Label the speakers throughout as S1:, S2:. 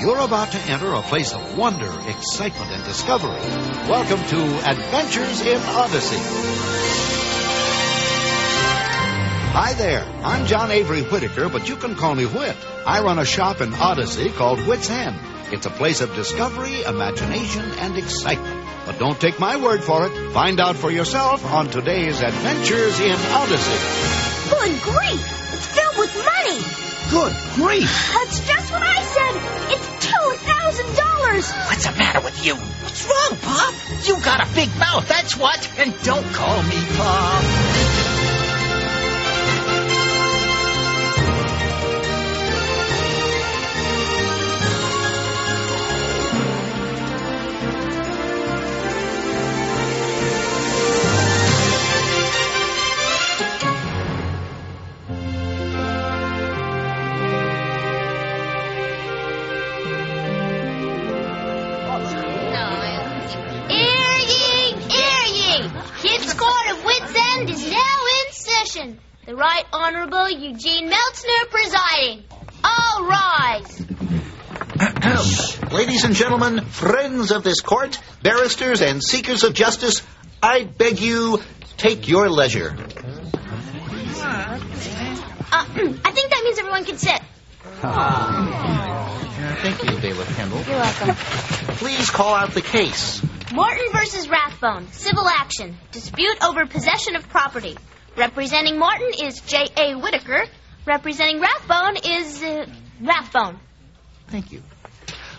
S1: You're about to enter a place of wonder, excitement, and discovery. Welcome to Adventures in Odyssey. Hi there. I'm John Avery Whitaker, but you can call me Whit. I run a shop in Odyssey called Whit's End. It's a place of discovery, imagination, and excitement. But don't take my word for it. Find out for yourself on today's Adventures in Odyssey.
S2: Good grief! It's filled with money!
S1: Good grief!
S2: That's just what I said! It's two thousand dollars!
S3: What's the matter with you? What's wrong, Pop? You got a big mouth, that's what. And don't call me Pop.
S4: Hear ye, hear ye. Kids' Court of Wits End is now in session. The Right Honorable Eugene Meltzner presiding. All rise.
S5: Ladies and gentlemen, friends of this court, barristers and seekers of justice, I beg you, take your
S4: Uh,
S5: leisure.
S4: I think that means everyone can sit.
S5: Thank you, Bailiff Kendall. Ah. You're welcome. Please call out the case.
S4: Morton versus Rathbone, civil action, dispute over possession of property. Representing Morton is J.A. Whitaker. Representing Rathbone is uh, Rathbone.
S5: Thank you.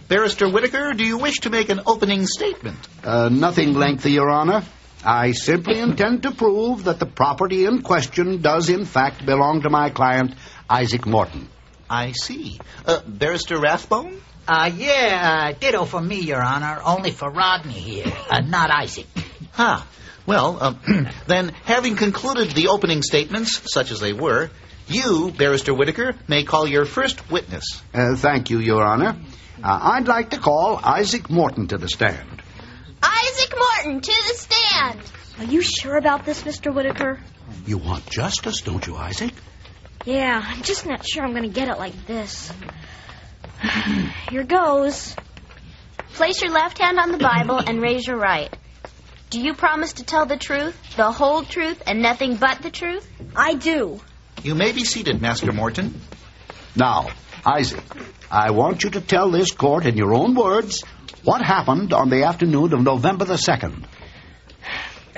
S5: Barrister Whitaker, do you wish to make an opening statement?
S1: Uh, nothing lengthy, Your Honor. I simply intend to prove that the property in question does, in fact, belong to my client, Isaac Morton.
S5: I see. Uh, Barrister Rathbone?
S3: Uh, yeah, uh, ditto for me, Your Honor. Only for Rodney here, uh, not Isaac.
S5: Huh. Well, um, then, having concluded the opening statements, such as they were, you, Barrister Whitaker, may call your first witness.
S1: Uh, thank you, Your Honor. Uh, I'd like to call Isaac Morton to the stand.
S4: Isaac Morton to the stand.
S2: Are you sure about this, Mr. Whitaker?
S1: You want justice, don't you, Isaac?
S2: Yeah, I'm just not sure I'm gonna get it like this. Here goes.
S4: Place your left hand on the Bible and raise your right. Do you promise to tell the truth, the whole truth, and nothing but the truth?
S2: I do.
S5: You may be seated, Master Morton.
S1: Now, Isaac, I want you to tell this court in your own words what happened on the afternoon of November the 2nd.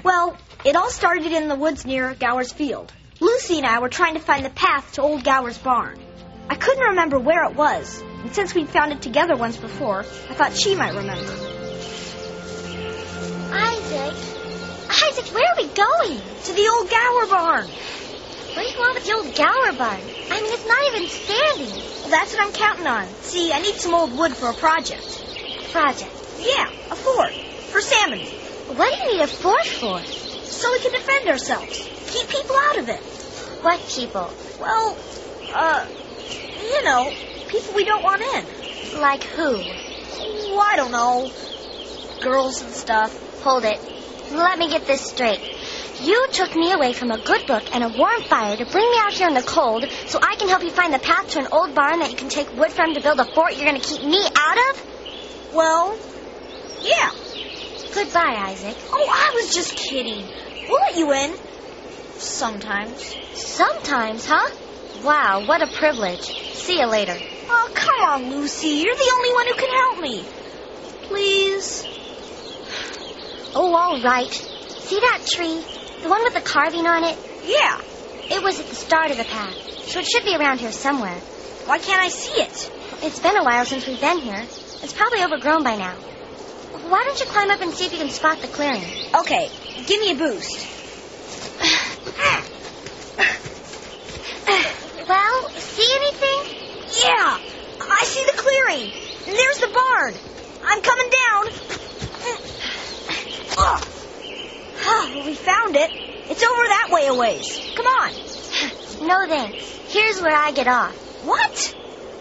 S2: Well, it all started in the woods near Gower's Field. Lucy and I were trying to find the path to old Gower's barn. I couldn't remember where it was, and since we'd found it together once before, I thought she might remember.
S4: Isaac, Isaac, where are we going?
S2: To the old Gower barn!
S4: What do you want with the old Gower barn? I mean, it's not even standing.
S2: Well, that's what I'm counting on. See, I need some old wood for a project.
S4: Project.
S2: Yeah, a fort. For salmon.
S4: What do you need a fort for?
S2: So we can defend ourselves. Keep people out of it.
S4: What people?
S2: Well, uh, you know, people we don't want in.
S4: Like who?
S2: Oh, I don't know. Girls and stuff.
S4: Hold it. Let me get this straight. You took me away from a good book and a warm fire to bring me out here in the cold so I can help you find the path to an old barn that you can take wood from to build a fort you're going to keep me out of?
S2: Well, yeah.
S4: Goodbye, Isaac.
S2: Oh, I was just kidding. We'll let you in. Sometimes.
S4: Sometimes, huh? Wow, what a privilege. See you later.
S2: Oh, come on, Lucy. You're the only one who can help me. Please.
S4: Oh, all right. See that tree? The one with the carving on it?
S2: Yeah.
S4: It was at the start of the path, so it should be around here somewhere.
S2: Why can't I see it?
S4: It's been a while since we've been here. It's probably overgrown by now. Why don't you climb up and see if you can spot the clearing?
S2: Okay, give me a boost.
S4: Well, see anything?
S2: Yeah, I see the clearing. And there's the barn. I'm coming down. Ugh. Ah, well, we found it. It's over that way a ways. Come on.
S4: No thanks. Here's where I get off.
S2: What?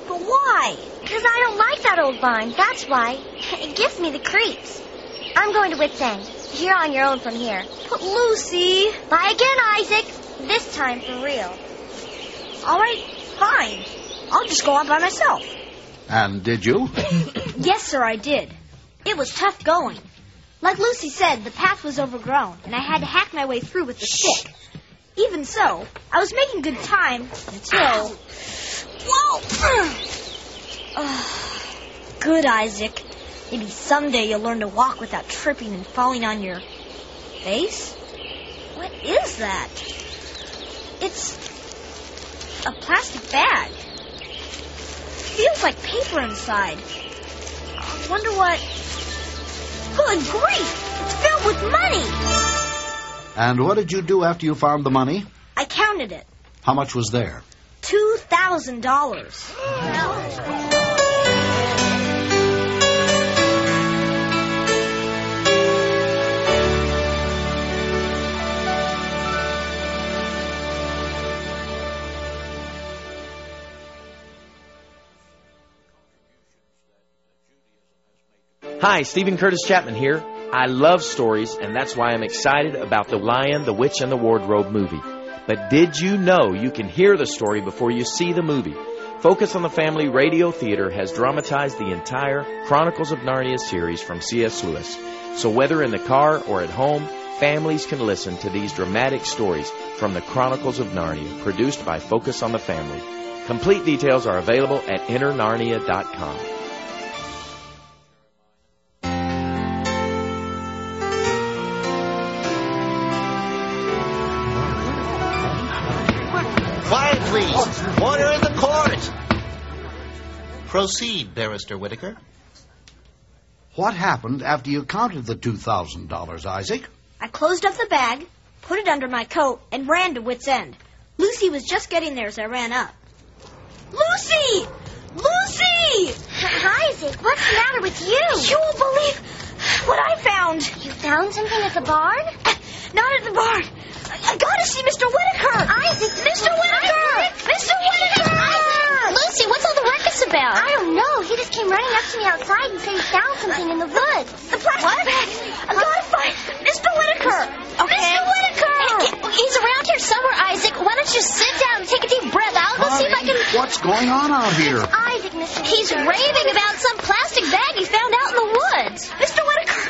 S2: But why?
S4: Because I don't like that old barn, that's why. It gives me the creeps. I'm going to Wits End. You're on your own from here.
S2: But Lucy.
S4: Bye again, Isaac. This time for real.
S2: All right, fine. I'll just go on by myself.
S1: And did you?
S2: Yes, sir, I did. It was tough going. Like Lucy said, the path was overgrown, and I had to hack my way through with the stick. Even so, I was making good time until. Whoa! Ugh. Ah, good, Isaac. Maybe someday you'll learn to walk without tripping and falling on your face? What is that? It's a plastic bag. Feels like paper inside. I wonder what. Good grief! It's filled with money!
S1: And what did you do after you found the money?
S2: I counted it.
S1: How much was there?
S2: Two thousand dollars.
S6: Hi, Stephen Curtis Chapman here. I love stories, and that's why I'm excited about The Lion, the Witch, and the Wardrobe movie. But did you know you can hear the story before you see the movie? Focus on the Family Radio Theater has dramatized the entire Chronicles of Narnia series from C.S. Lewis. So whether in the car or at home, families can listen to these dramatic stories from the Chronicles of Narnia, produced by Focus on the Family. Complete details are available at internarnia.com.
S5: Quiet, please. Order in the court. Proceed, Barrister Whitaker.
S1: What happened after you counted the $2,000, Isaac?
S2: I closed up the bag, put it under my coat, and ran to wits end. Lucy was just getting there as I ran up. Lucy! Lucy!
S4: Isaac, what's the matter with you?
S2: You won't believe what I found.
S4: You found Uh, something at the barn?
S2: Not at the barn. I, I gotta see Mr. Whitaker.
S4: Isaac,
S2: Mr. Whitaker! Mr. Whitaker!
S4: Lucy, what's all the ruckus about? I don't know. He just came running up to me outside and said he found something in the woods.
S2: The plastic bag. I gotta find Mr. Whitaker. Mr. Whitaker!
S4: He's around here somewhere, Isaac. Why don't you sit down and take a deep breath out? We'll see if I
S1: Connie,
S4: can.
S1: What's going on out here?
S4: Isaac, Mr.
S2: He's
S4: Whitaker.
S2: raving
S4: about some plastic bag he found out in the woods.
S2: Mr. Whitaker,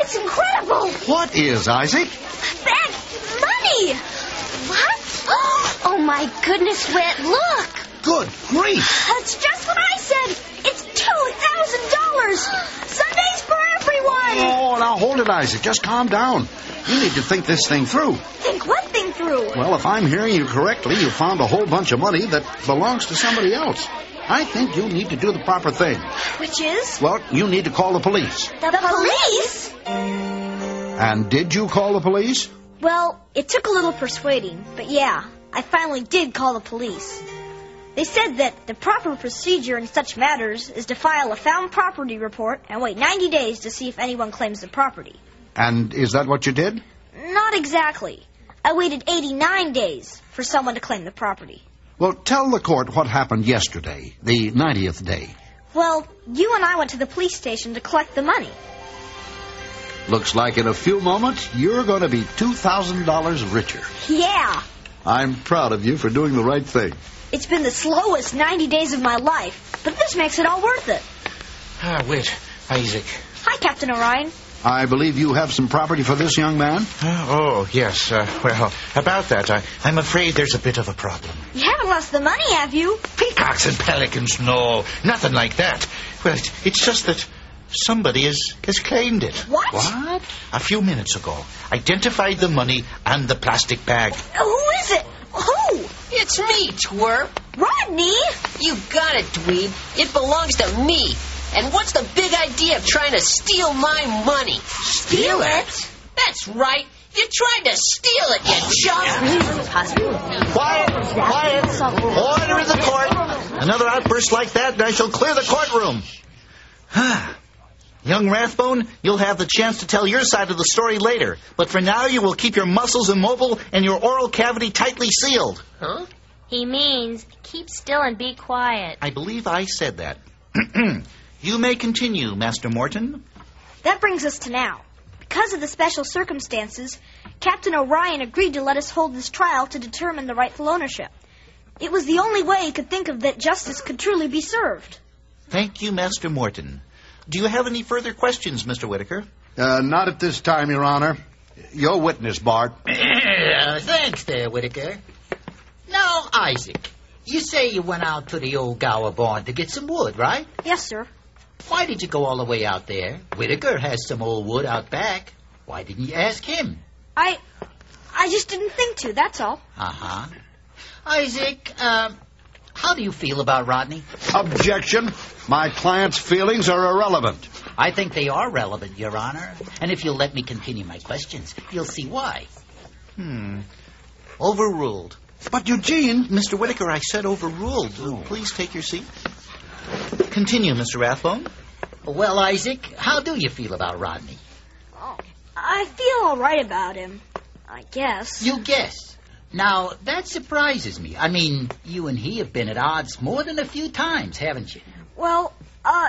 S2: it's incredible.
S1: What is, Isaac?
S2: Bag, money.
S4: What? Oh my goodness, Whit, look!
S1: Good grief!
S2: That's just what I said. It's two thousand dollars. Sundays for everyone.
S1: Oh, now hold it, Isaac. Just calm down. You need to think this thing through.
S2: Think one thing through.
S1: Well, if I'm hearing you correctly, you found a whole bunch of money that belongs to somebody else. I think you need to do the proper thing.
S2: Which is
S1: Well, you need to call the police.
S2: the, police.
S1: And did you call the police?
S2: Well, it took a little persuading, but yeah, I finally did call the police. They said that the proper procedure in such matters is to file a found property report and wait 90 days to see if anyone claims the property.
S1: And is that what you did?
S2: Not exactly. I waited 89 days for someone to claim the property.
S1: Well, tell the court what happened yesterday, the 90th day.
S2: Well, you and I went to the police station to collect the money.
S1: Looks like in a few moments you're going to be $2,000 richer.
S2: Yeah,
S1: I'm proud of you for doing the right thing.
S2: it's been the slowest 90 days of my life, but this makes it all worth it.
S5: Ah, Whit. Isaac.
S2: Hi, Captain Orion.
S1: I believe you have some property for this young man.
S5: oh, yes. Uh, well, about that, I, I'm afraid there's a bit of a problem.
S2: You haven't lost the money, have you?
S5: Peacocks and pelicans, no. Nothing like that. Well, it, it's just that somebody has, has claimed it.
S2: What?
S5: What? A few minutes ago, identified the money and the plastic bag.
S2: Who is it? Who?
S7: It's me, twerp.
S2: Rodney?
S7: You got it, dweeb. It belongs to me. And what's the big idea of trying to steal my money? Steal it? That's right. You tried to steal it, you chump.
S5: Quiet! Quiet! Order in the court! Another outburst like that, and I shall clear the courtroom. Young Rathbone, you'll have the chance to tell your side of the story later, but for now you will keep your muscles immobile and your oral cavity tightly sealed.
S7: Huh?
S4: He means keep still and be quiet.
S5: I believe I said that. you may continue, Master Morton.
S2: That brings us to now. Because of the special circumstances, Captain Orion agreed to let us hold this trial to determine the rightful ownership. It was the only way he could think of that justice could truly be served.
S5: Thank you, Master Morton. Do you have any further questions, Mr. Whitaker?
S1: Uh, not at this time, Your Honor. Your witness, Bart.
S8: Thanks there, Whitaker. Now, Isaac, you say you went out to the old Gower barn to get some wood, right?
S2: Yes, sir.
S8: Why did you go all the way out there? Whitaker has some old wood out back. Why didn't you ask him?
S2: I. I just didn't think to, that's all.
S8: Uh huh. Isaac, um, how do you feel about Rodney?
S1: Objection. My client's feelings are irrelevant.
S8: I think they are relevant, Your Honor. And if you'll let me continue my questions, you'll see why.
S5: Hmm. Overruled.
S1: But Eugene,
S5: Mr. Whitaker, I said overruled. Uh, Please take your seat. Continue, Mr. Rathbone.
S8: Well, Isaac, how do you feel about Rodney?
S2: I feel all right about him. I guess.
S8: You guess. Now, that surprises me. I mean, you and he have been at odds more than a few times, haven't you?
S2: Well, uh,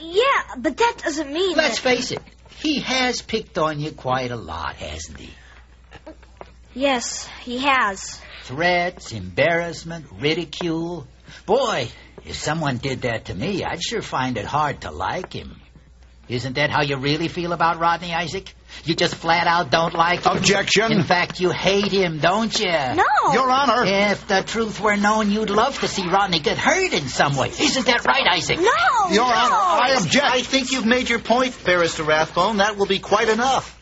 S2: yeah, but that doesn't mean
S8: Let's
S2: that...
S8: face it, he has picked on you quite a lot, hasn't he?
S2: Yes, he has.
S8: Threats, embarrassment, ridicule. Boy, if someone did that to me, I'd sure find it hard to like him. Isn't that how you really feel about Rodney, Isaac? You just flat out don't like him.
S1: Objection.
S8: In fact, you hate him, don't you?
S2: No!
S1: Your Honor.
S8: If the truth were known, you'd love to see Rodney get hurt in some way. Isn't that right, Isaac?
S2: No!
S1: Your
S2: no!
S1: Honor, I
S5: Oh, I
S1: object.
S5: think you've made your point, Barrister Rathbone. That will be quite enough.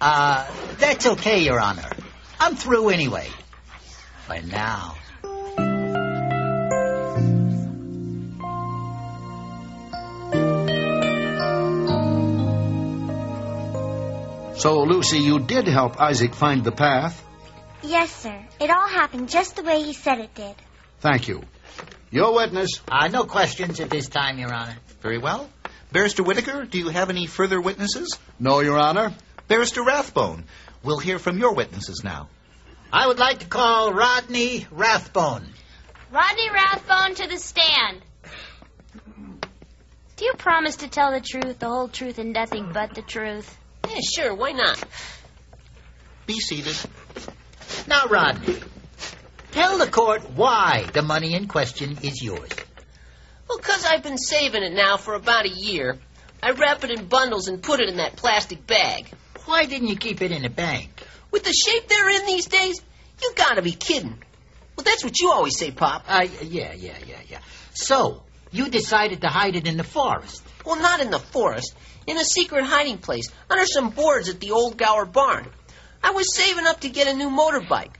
S8: Uh, that's okay, Your Honor. I'm through anyway. For now.
S1: So, Lucy, you did help Isaac find the path.
S4: Yes, sir. It all happened just the way he said it did.
S1: Thank you. Your witness.
S8: Uh, no questions at this time, Your Honor.
S5: Very well. Barrister Whitaker, do you have any further witnesses?
S1: No, Your Honor.
S5: Barrister Rathbone, we'll hear from your witnesses now.
S8: I would like to call Rodney Rathbone.
S9: Rodney Rathbone to the stand. Do you promise to tell the truth, the whole truth, and nothing but the truth?
S7: Yeah, sure, why not?
S5: Be seated.
S8: Now, Rodney, tell the court why the money in question is yours.
S7: Well, 'cause I've been saving it now for about a year. I wrap it in bundles and put it in that plastic bag.
S8: Why didn't you keep it in the bank?
S7: With the shape they're in these days, you gotta be kidding. Well, that's what you always say, Pop.
S8: Uh, yeah, yeah, yeah, yeah. So, you decided to hide it in the forest.
S7: Well, not in the forest. In a secret hiding place, under some boards at the old Gower barn. I was saving up to get a new motorbike.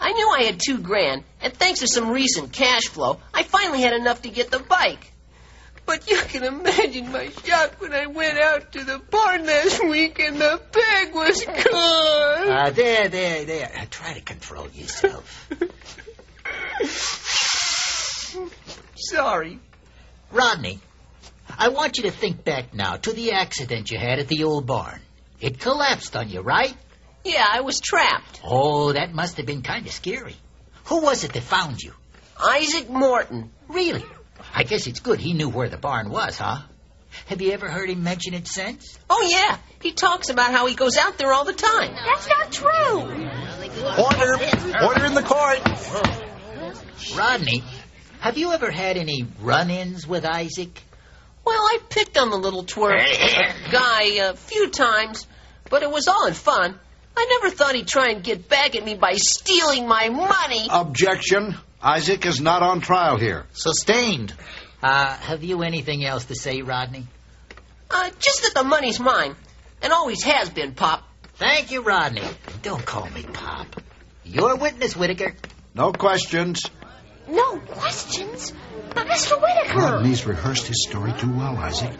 S7: I knew I had two grand, and thanks to some recent cash flow, I finally had enough to get the bike. But you can imagine my shock when I went out to the barn last week and the bag was gone.
S8: Uh, there, there, there. Uh, try to control yourself.
S7: Sorry.
S8: Rodney, I want you to think back now to the accident you had at the old barn. It collapsed on you, right?
S7: Yeah, I was trapped.
S8: Oh, that must have been kind of scary. Who was it that found you?
S7: Isaac Morton.
S8: Really? I guess it's good he knew where the barn was, huh? Have you ever heard him mention it since?
S7: Oh, yeah. He talks about how he goes out there all the time.
S2: That's not true.
S5: Order! Order in the court!
S8: Rodney, have you ever had any run-ins with Isaac?
S7: Well, I picked on the little twerp guy a few times, but it was all in fun. I never thought he'd try and get back at me by stealing my money.
S1: Objection. Isaac is not on trial here.
S5: Sustained.
S8: Uh, have you anything else to say, Rodney?
S7: Uh, just that the money's mine, and always has been, Pop.
S8: Thank you, Rodney. Don't call me Pop. Your witness, Whitaker.
S1: No questions.
S4: No questions? But Mr. Whitaker!
S1: Rodney's rehearsed his story too well, Isaac.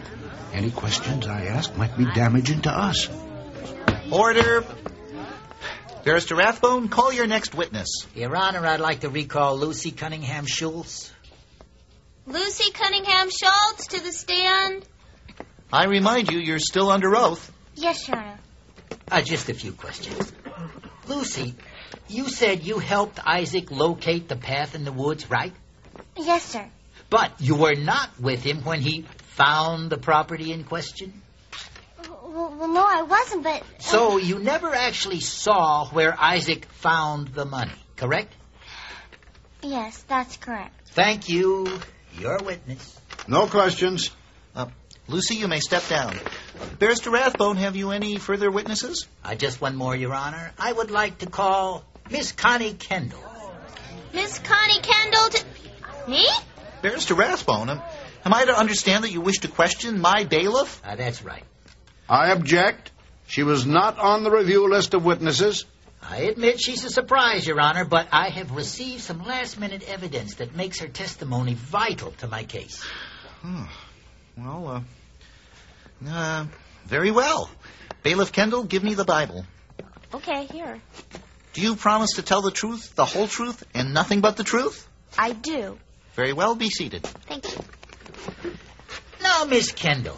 S1: Any questions I ask might be damaging to us.
S5: Order! Barrister Rathbone, call your next witness.
S8: Your Honor, I'd like to recall Lucy Cunningham Schultz.
S9: Lucy Cunningham Schultz to the stand.
S5: I remind you, you're still under oath.
S4: Yes, Your Honor.
S8: Uh, just a few questions. Lucy, you said you helped Isaac locate the path in the woods, right?
S4: Yes, sir.
S8: But you were not with him when he found the property in question?
S4: Well, well, no, I wasn't, but.
S8: So you never actually saw where Isaac found the money, correct?
S4: Yes, that's correct.
S8: Thank you. Your witness.
S1: No questions.
S5: Uh, Lucy, you may step down. Barrister Rathbone, have you any further witnesses?
S8: Uh, just one more, Your Honor. I would like to call Miss Connie Kendall.
S9: Miss Connie Kendall to. Me?
S5: Barrister Rathbone, am, am I to understand that you wish to question my bailiff?
S8: Uh, that's right.
S1: I object. She was not on the review list of witnesses.
S8: I admit she's a surprise, Your Honor, but I have received some last minute evidence that makes her testimony vital to my case.
S5: Hmm. Well, uh, uh, very well. Bailiff Kendall, give me the Bible.
S2: Okay, here.
S5: Do you promise to tell the truth, the whole truth, and nothing but the truth?
S2: I do.
S5: Very well, be seated.
S2: Thank you.
S8: Now, Miss Kendall,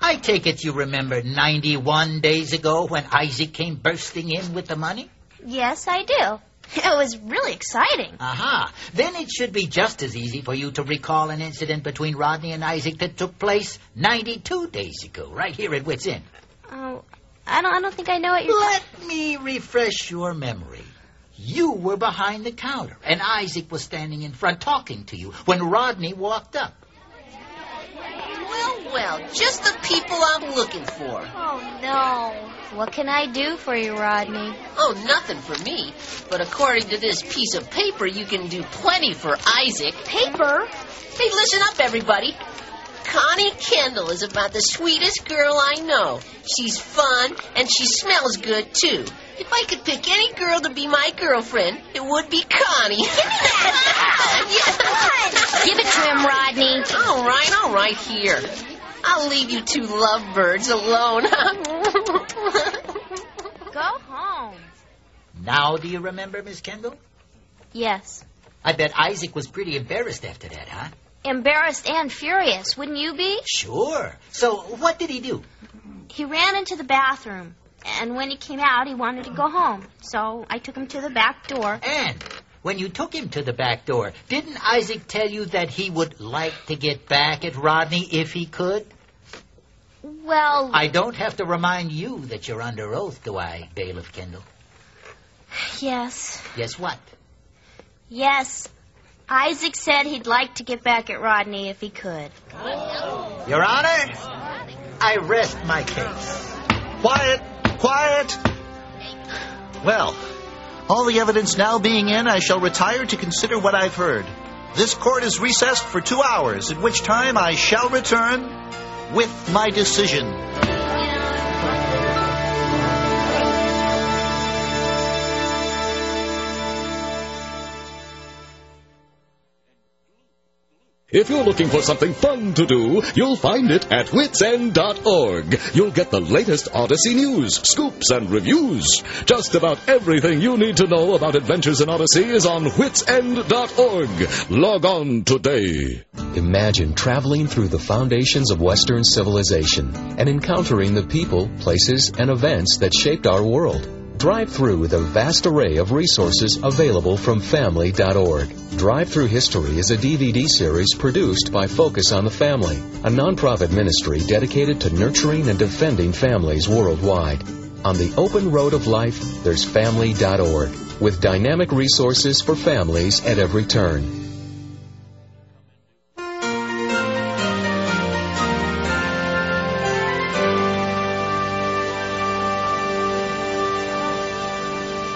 S8: I take it you remember 91 days ago when Isaac came bursting in with the money?
S9: Yes, I do. It was really exciting.
S8: Aha. Then it should be just as easy for you to recall an incident between Rodney and Isaac that took place 92 days ago, right here at Wits End.
S2: Oh, I don't. I don't think I know what you're.
S8: Let me refresh your memory. You were behind the counter, and Isaac was standing in front talking to you when Rodney walked up.
S2: Oh,
S7: Well, well, just the people I'm looking for.
S9: Oh, no. What can I do for you, Rodney?
S7: Oh, nothing for me. But according to this piece of paper, you can do plenty for Isaac.
S2: Paper?
S7: Hey, listen up, everybody. Connie Kendall is about the sweetest girl I know. She's fun, and she smells good, too. If I could pick any girl to be my girlfriend, it would be Connie. Give me that!
S9: Give it to him, Rodney.
S7: All right, all right, here. I'll leave you two lovebirds alone.
S9: Go home.
S8: Now, do you remember, Miss Kendall?
S9: Yes.
S8: I bet Isaac was pretty embarrassed after that, huh?
S9: Embarrassed and furious, wouldn't you be?
S8: Sure. So, what did he do?
S9: He ran into the bathroom, and when he came out, he wanted to go home. So I took him to the back door.
S8: And when you took him to the back door, didn't Isaac tell you that he would like to get back at Rodney if he could?
S9: Well,
S8: I don't have to remind you that you're under oath, do I, Bailiff Kendall?
S9: yes.
S8: Guess what?
S9: Yes. Isaac said he'd like to get back at Rodney if he could.
S8: Your Honor, I rest my case.
S5: Quiet! Quiet! Well, all the evidence now being in, I shall retire to consider what I've heard. This court is recessed for two hours, at which time I shall return with my decision.
S10: If you're looking for something fun to do, you'll find it at witsend.org. You'll get the latest Odyssey news, scoops, and reviews. Just about everything you need to know about adventures in Odyssey is on witsend.org. Log on today.
S11: Imagine traveling through the foundations of Western civilization and encountering the people, places, and events that shaped our world. Drive through the vast array of resources available from family.org. Drive Through History is a DVD series produced by Focus on the Family, a nonprofit ministry dedicated to nurturing and defending families worldwide. On the open road of life, there's family.org with dynamic resources for families at every turn.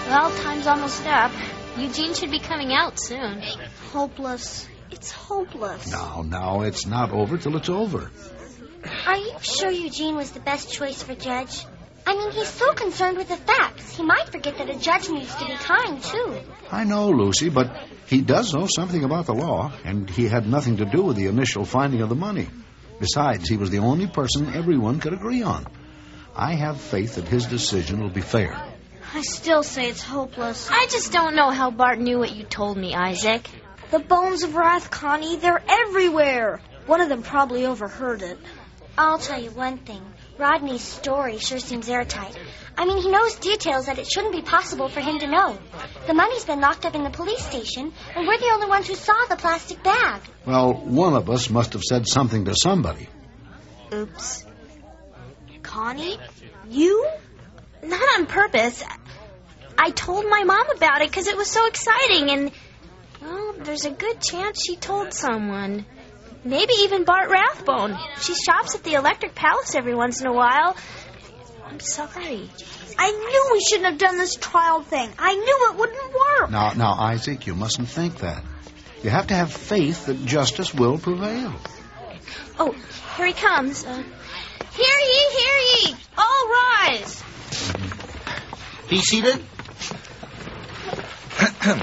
S9: Well, time's almost up. Eugene should be coming out soon.
S2: Hopeless. It's hopeless.
S1: Now, Oh, now, it's not over till it's over.
S4: Are you sure Eugene was the best choice for judge? I mean, he's so concerned with the facts. He might forget that a judge needs to be kind, too.
S1: I know, Lucy, but he does know something about the law, and he had nothing to do with the initial finding of the money. Besides, he was the only person everyone could agree on. I have faith that his decision will be fair.
S2: I still say it's hopeless.
S9: I just don't know how Bart knew what you told me, Isaac.
S2: The bones of wrath, Connie, they're everywhere. One of them probably overheard it.
S4: I'll tell you one thing. Rodney's story sure seems airtight. I mean, he knows details that it shouldn't be possible for him to know. The money's been locked up in the police station, and we're the only ones who saw the plastic bag.
S1: Well, one of us must have said something to somebody.
S2: Oops. Connie? You?
S9: Not on purpose. I told my mom about it because it was so exciting, and, well, there's a good chance she told someone. Maybe even Bart Rathbone. She shops at the Electric Palace every once in a while. I'm sorry.
S2: I knew we shouldn't have done this trial thing. I knew it wouldn't work.
S1: Now, now, Isaac, you mustn't think that. You have to have faith that justice will prevail.
S9: Oh, here he comes. Uh, hear ye, hear ye! All rise!
S5: Be seated.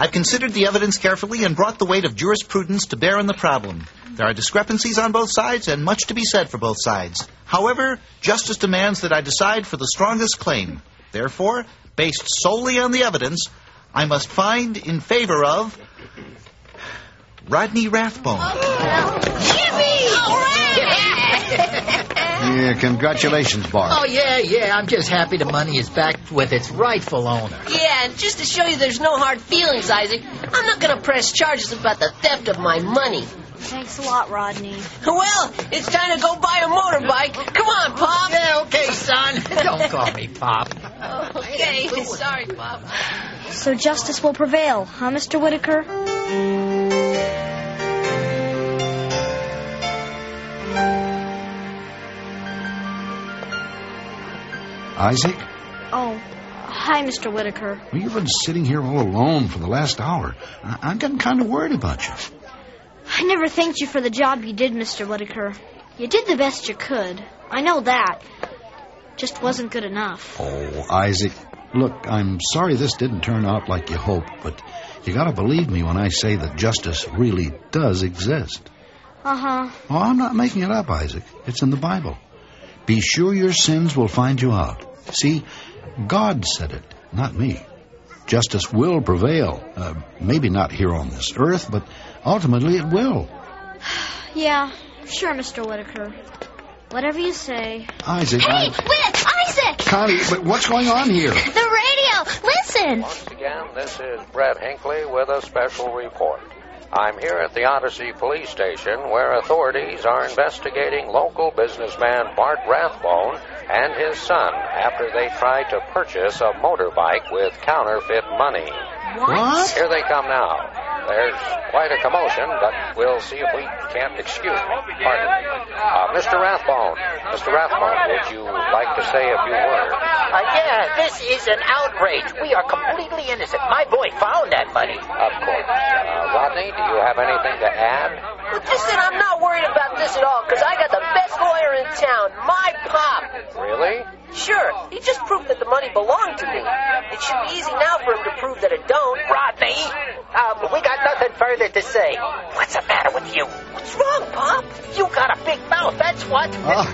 S5: I've considered the evidence carefully and brought the weight of jurisprudence to bear on the problem. There are discrepancies on both sides and much to be said for both sides. However, justice demands that I decide for the strongest claim. Therefore, based solely on the evidence, I must find in favor of Rodney Rathbone.
S1: Yeah, congratulations, Bart.
S8: Oh, yeah, yeah. I'm just happy the money is back with its rightful owner.
S7: Yeah, and just to show you there's no hard feelings, Isaac, I'm not going to press charges about the theft of my money.
S2: Thanks a lot, Rodney.
S7: Well, it's time to go buy a motorbike. Come on, Pop.
S8: Yeah, okay, son. Don't call me Pop.
S7: Okay, sorry, Pop.
S2: So justice will prevail, huh, Mr. Whitaker?
S1: Isaac,
S2: Oh, hi, Mr. Whitaker.
S1: well, you've been sitting here all alone for the last hour. I- I'm getting kind of worried about you.
S2: I never thanked you for the job you did, Mr. Whitaker. You did the best you could. I know that. Just wasn't good enough.
S1: Oh, Isaac, look, I'm sorry this didn't turn out like you hoped, but you gotta believe me when I say that justice really does exist.
S2: Uh
S12: Uh-huh.
S2: huh.
S1: Oh, I'm not making it up, Isaac. It's in the Bible. Be sure your sins will find you out. See, God said it, not me. Justice will prevail. Uh, maybe not here on this earth, but ultimately it will.
S2: Yeah, sure, Mr. Whitaker. Whatever you say.
S1: Isaac,
S4: Hey,
S1: I...
S4: Whit! Isaac!
S1: Connie, but what's going on here?
S4: The radio! Listen!
S13: Once again, this is Brett Hinckley with a special report. I'm here at the Odyssey Police Station where authorities are investigating local businessman Bart Rathbone and his son after they tried to purchase a motorbike with counterfeit money.
S1: What?
S13: Here they come now. There's quite a commotion, but we'll see if we can't excuse it. Pardon me. Uh, Mr. Rathbone, Mr. Rathbone, would you like to say a few words?
S3: Uh, yeah, this is an outrage. We are completely innocent. My boy found that money.
S13: Of course. Uh, Rodney, do you have anything to add?
S7: Listen, I'm not worried about this at all, because I got the best lawyer in town, my Pop.
S13: Really?
S7: Sure, he just proved that the money belonged to me. It should be easy now for him to prove that it don't.
S3: Rodney, um, we got nothing further to say. What's the matter with you?
S7: What's wrong, Pop?
S3: You got a big mouth, that's what.
S4: Oh.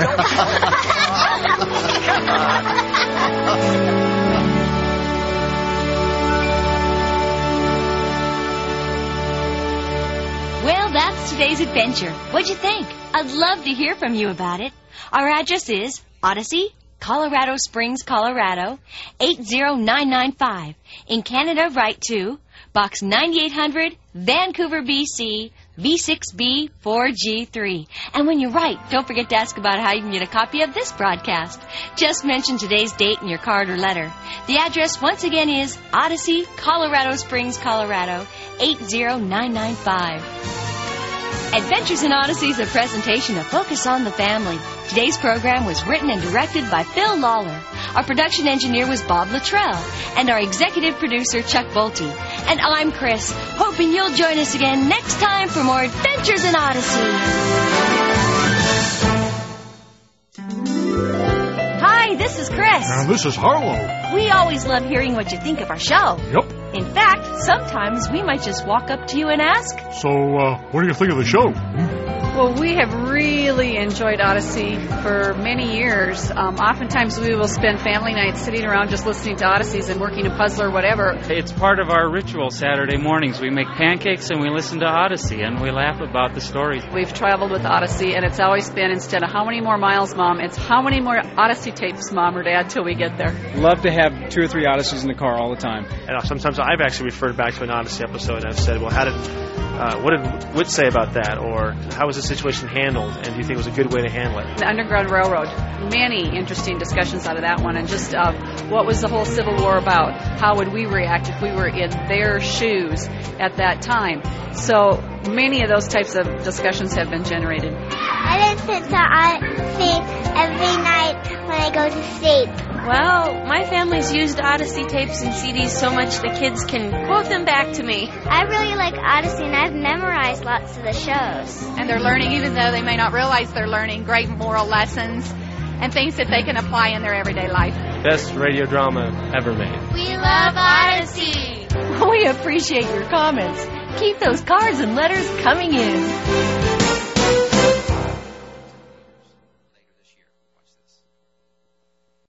S14: Well, that's today's adventure. What'd you think? I'd love to hear from you about it. Our address is Odyssey, Colorado Springs, Colorado, 80995. In Canada, write to Box 9800, Vancouver, BC, V6B4G3. And when you write, don't forget to ask about how you can get a copy of this broadcast. Just mention today's date in your card or letter. The address once again is Odyssey, Colorado Springs, Colorado, 80995. Adventures in Odyssey is a presentation of Focus on the Family. Today's program was written and directed by Phil Lawler. Our production engineer was Bob Luttrell, and our executive producer Chuck Bolte. And I'm Chris, hoping you'll join us again next time for more Adventures in Odyssey. Hi, this is Chris.
S15: And this is Harlow.
S14: We always love hearing what you think of our show.
S15: Yep.
S14: In fact, sometimes we might just walk up to you and ask,
S15: So, uh, what do you think of the show?
S12: Well, we have really enjoyed Odyssey for many years. Um, oftentimes, we will spend family nights sitting around just listening to Odysseys and working a puzzle or whatever.
S16: It's part of our ritual Saturday mornings. We make pancakes and we listen to Odyssey and we laugh about the stories.
S12: We've traveled with Odyssey, and it's always been instead of how many more miles, Mom, it's how many more Odyssey tapes, Mom or Dad, till we get there.
S17: Love to have two or three Odysseys in the car all the time.
S18: And uh, sometimes I've actually referred back to an Odyssey episode and I've said, well, how did, uh, what did Witt say about that? Or how was the situation handled? And do you think it was a good way to handle it?
S12: The Underground Railroad. Many interesting discussions out of that one, and just uh, what was the whole Civil War about? How would we react if we were in their shoes at that time? So
S19: many of those types of discussions have been generated.
S20: I listen to Odyssey every night when I go to sleep.
S4: Well, my family's used Odyssey tapes and CDs so much the kids can quote them back to me.
S18: I really like Odyssey and I've memorized lots of the shows.
S12: And they're learning, even though they may not realize they're learning, great moral lessons and things that they can apply in their everyday life.
S16: Best radio drama ever made.
S18: We love Odyssey!
S14: We appreciate your comments. Keep those cards and letters coming in.